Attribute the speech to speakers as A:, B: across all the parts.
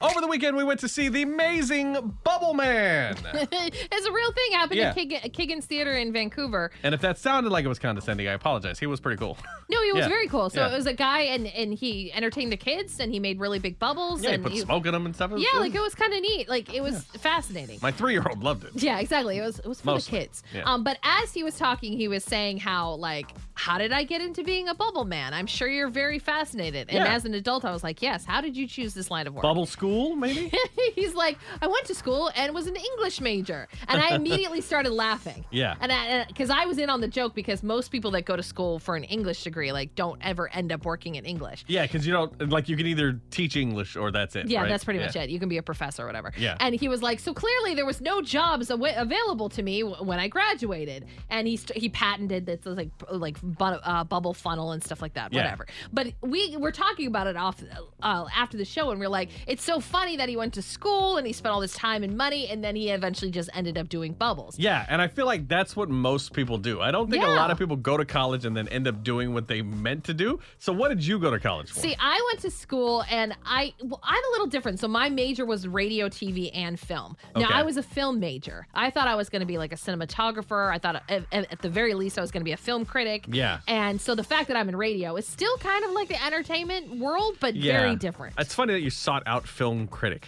A: Over the weekend, we went to see the amazing Bubble Man.
B: it's a real thing happened
A: Yeah.
B: at Kig- Kiggins Theater in Vancouver.
A: and if that sounded like it was condescending, I apologize. He was pretty cool.
B: No, he was
A: Yeah.
B: very cool. So
A: Yeah.
B: it was a guy, and and he entertained the kids, and he made really big bubbles.
A: yeah, he
B: and
A: put smoke in him and stuff. It was-
B: yeah,
A: it
B: like it
A: was-
B: was kind of neat. Like it was fascinating.
A: my three-year-old loved it.
B: yeah, exactly. It was it was for
A: Mostly.
B: the kids.
A: Yeah.
B: Um, but as he was talking, he was saying how like, how did I get into being a bubble man? I'm sure you're very fascinated. And
A: Yeah.
B: as an adult, I was like, yes. How did you choose this line of work?
A: Bubble school, maybe.
B: He's like, I went to school and was an English major, and I immediately started laughing.
A: Yeah.
B: and because I, was in on the joke because most people that go to school for an English degree like don't ever end up working in English.
A: yeah, because you don't like you can either teach English or that's it.
B: Yeah,
A: right?
B: that's pretty much it. You can be a professor or whatever.
A: Yeah.
B: And he was like, so clearly there was no jobs awa- available to me w- when I graduated. And he st- he patented this like p- like bu- uh, bubble funnel and stuff like that.
A: Yeah.
B: Whatever. But we were talking about it off uh, after the show, and we're like, it's so funny that he went to school and he spent all this time and money, and then he eventually just ended up doing bubbles.
A: Yeah, and I feel like that's what most people do. I don't think a
B: Yeah.
A: lot of people go to college and then end up doing what they meant to do. So, what did you go to college for?
B: See, I went to school and I well, I'm a little different. So my major was radio, TV, and film. Now
A: Okay.
B: I was a film major. I thought I was going to be like a cinematographer. I thought at, at at the very least I was going to be a film critic.
A: Yeah.
B: And so the fact that I'm in radio is still kind of like the entertainment world, but
A: yeah,
B: very different.
A: It's funny that you sought out film critic.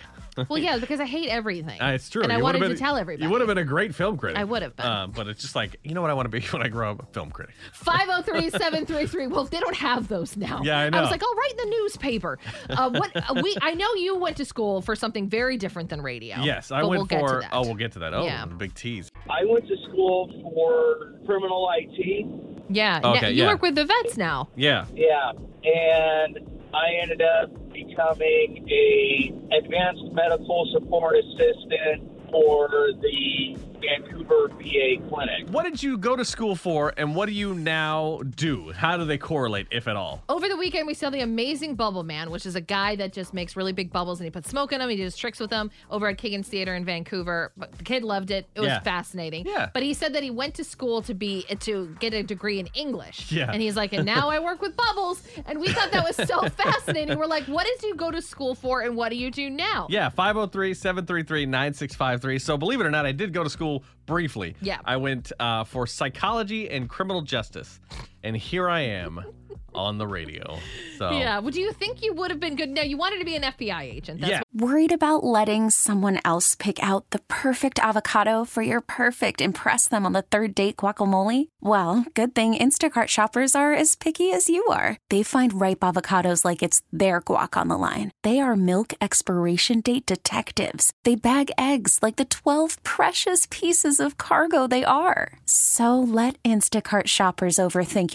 B: well, yeah, because I hate everything.
A: Uh, it's true.
B: And I
A: You would've
B: wanted
A: been-
B: to tell everybody.
A: You would have been a great film critic.
B: I would've been.
A: Um, but it's just like, you know what I want to be when I grow up? A film critic.
B: 503-733. Well, they don't have those now.
A: Yeah, I
B: I
A: know.
B: was like, I'll write in the newspaper. Uh, what uh, we I know you went to school for something very different than radio.
A: Yes, I
B: but
A: went
B: we'll
A: for.
B: Get to that.
A: Oh, we'll get to that. Oh,
B: Yeah.
A: the big tease.
C: I went to school for criminal IT.
B: Yeah. now-
A: Okay,
B: you
A: yeah.
B: work with the vets now.
A: Yeah.
C: Yeah, and I ended up becoming a advanced medical support assistant for the Vancouver VA clinic.
A: What did you go to school for, and what do you now do? How do they correlate, if at all?
B: Over the weekend, we saw the amazing Bubble Man, which is a guy that just makes really big bubbles and he puts smoke in them. He does tricks with them over at Kiggins Theater in Vancouver. But the kid loved it. It was
A: Yeah.
B: fascinating.
A: Yeah.
B: But he said that he went to school to be to get a degree in English.
A: Yeah.
B: And he's like, and now I work with bubbles. And we thought that was so fascinating. We're like, what did you go to school for, and what do you do now?
A: Yeah, 503 733 9653. So, believe it or not, I did go to school briefly.
B: Yeah.
A: I went uh, for psychology and criminal justice, and here I am on the radio. So,
B: Yeah. Would you think you would have been good? No, you wanted to be an FBI agent. That's
A: yeah.
D: Worried about letting someone else pick out the perfect avocado for your perfect impress them on the third date guacamole? Well, good thing Instacart shoppers are as picky as you are. They find ripe avocados like it's their guac on the line. They are milk expiration date detectives. They bag eggs like the 12 precious pieces of cargo they are. So let Instacart shoppers overthink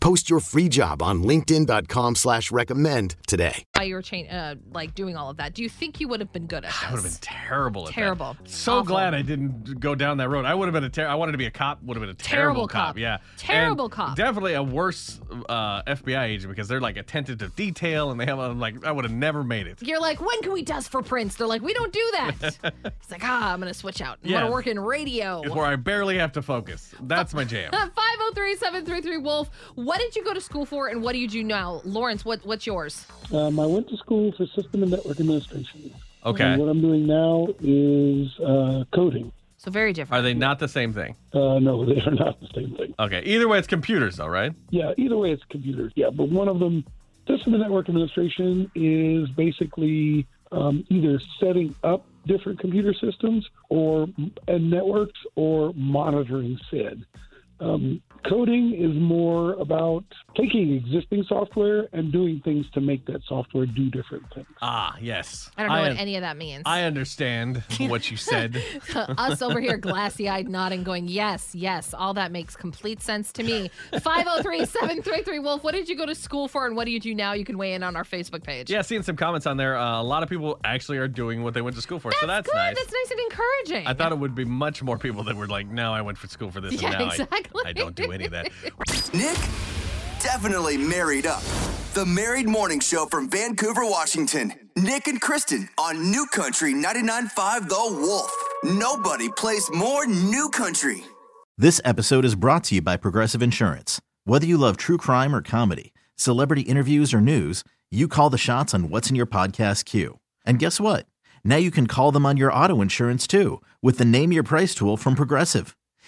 E: Post your free job on linkedin.com/recommend slash recommend today.
B: While you were cha- uh, like doing all of that, do you think you would have been good at this?
A: I would have been terrible. At
B: Terrible.
A: That. So
B: Awful.
A: glad I didn't go down that road. I would have been a ter- I wanted to be a cop. Would have been a terrible,
B: Terrible cop.
A: Yeah.
B: Terrible
A: And
B: cop.
A: Definitely a worse uh, FBI agent because they're like attentive to detail and they have a, like I would have never made it.
B: You're like, when can we dust for prints? They're like, we don't do that. it's like, ah, I'm gonna switch out. I'm
A: Yeah.
B: gonna work in radio.
A: It's where I barely have to focus. That's my jam.
B: 503-733 Wolf. What did you go to school for, and what do you do now, Lawrence? What what's yours?
F: Um, I went to school for system and network administration. And
A: Okay.
F: what I'm doing now is uh, coding.
B: So very different.
A: Are they not the same thing?
F: Uh, no, they are not the same thing.
A: Okay. Either way, it's computers though, right?
F: Yeah, either way, it's computers. Yeah, but one of them, system and network administration, is basically um, either setting up different computer systems or and networks or monitoring SID. Um, coding is more about taking existing software and doing things to make that software do different things.
A: Ah, yes.
B: I don't know
A: I,
B: what any of that means.
A: I understand what you said.
B: Us over here, glassy eyed, nodding, going, yes, yes, all that makes complete sense to me. 503 733 Wolf, what did you go to school for and what do you do now? You can weigh in on our Facebook page.
A: yeah, seeing some comments on there. Uh, a lot of people actually are doing what they went to school for, so that's
B: Good,
A: nice.
B: that's nice and encouraging.
A: I thought it would be much more people that were like, no, I went for school for this,
B: Yeah,
A: and now
B: exactly.
A: I, I don't do any of that.
G: Nick definitely married up. The Married Morning Show from Vancouver, Washington. Nick and Kristen on New Country 99.5 The Wolf. Nobody plays more New Country.
H: This episode is brought to you by Progressive Insurance. Whether you love true crime or comedy, celebrity interviews or news, you call the shots on what's in your podcast queue. And guess what? Now you can call them on your auto insurance too with the Name Your Price tool from Progressive.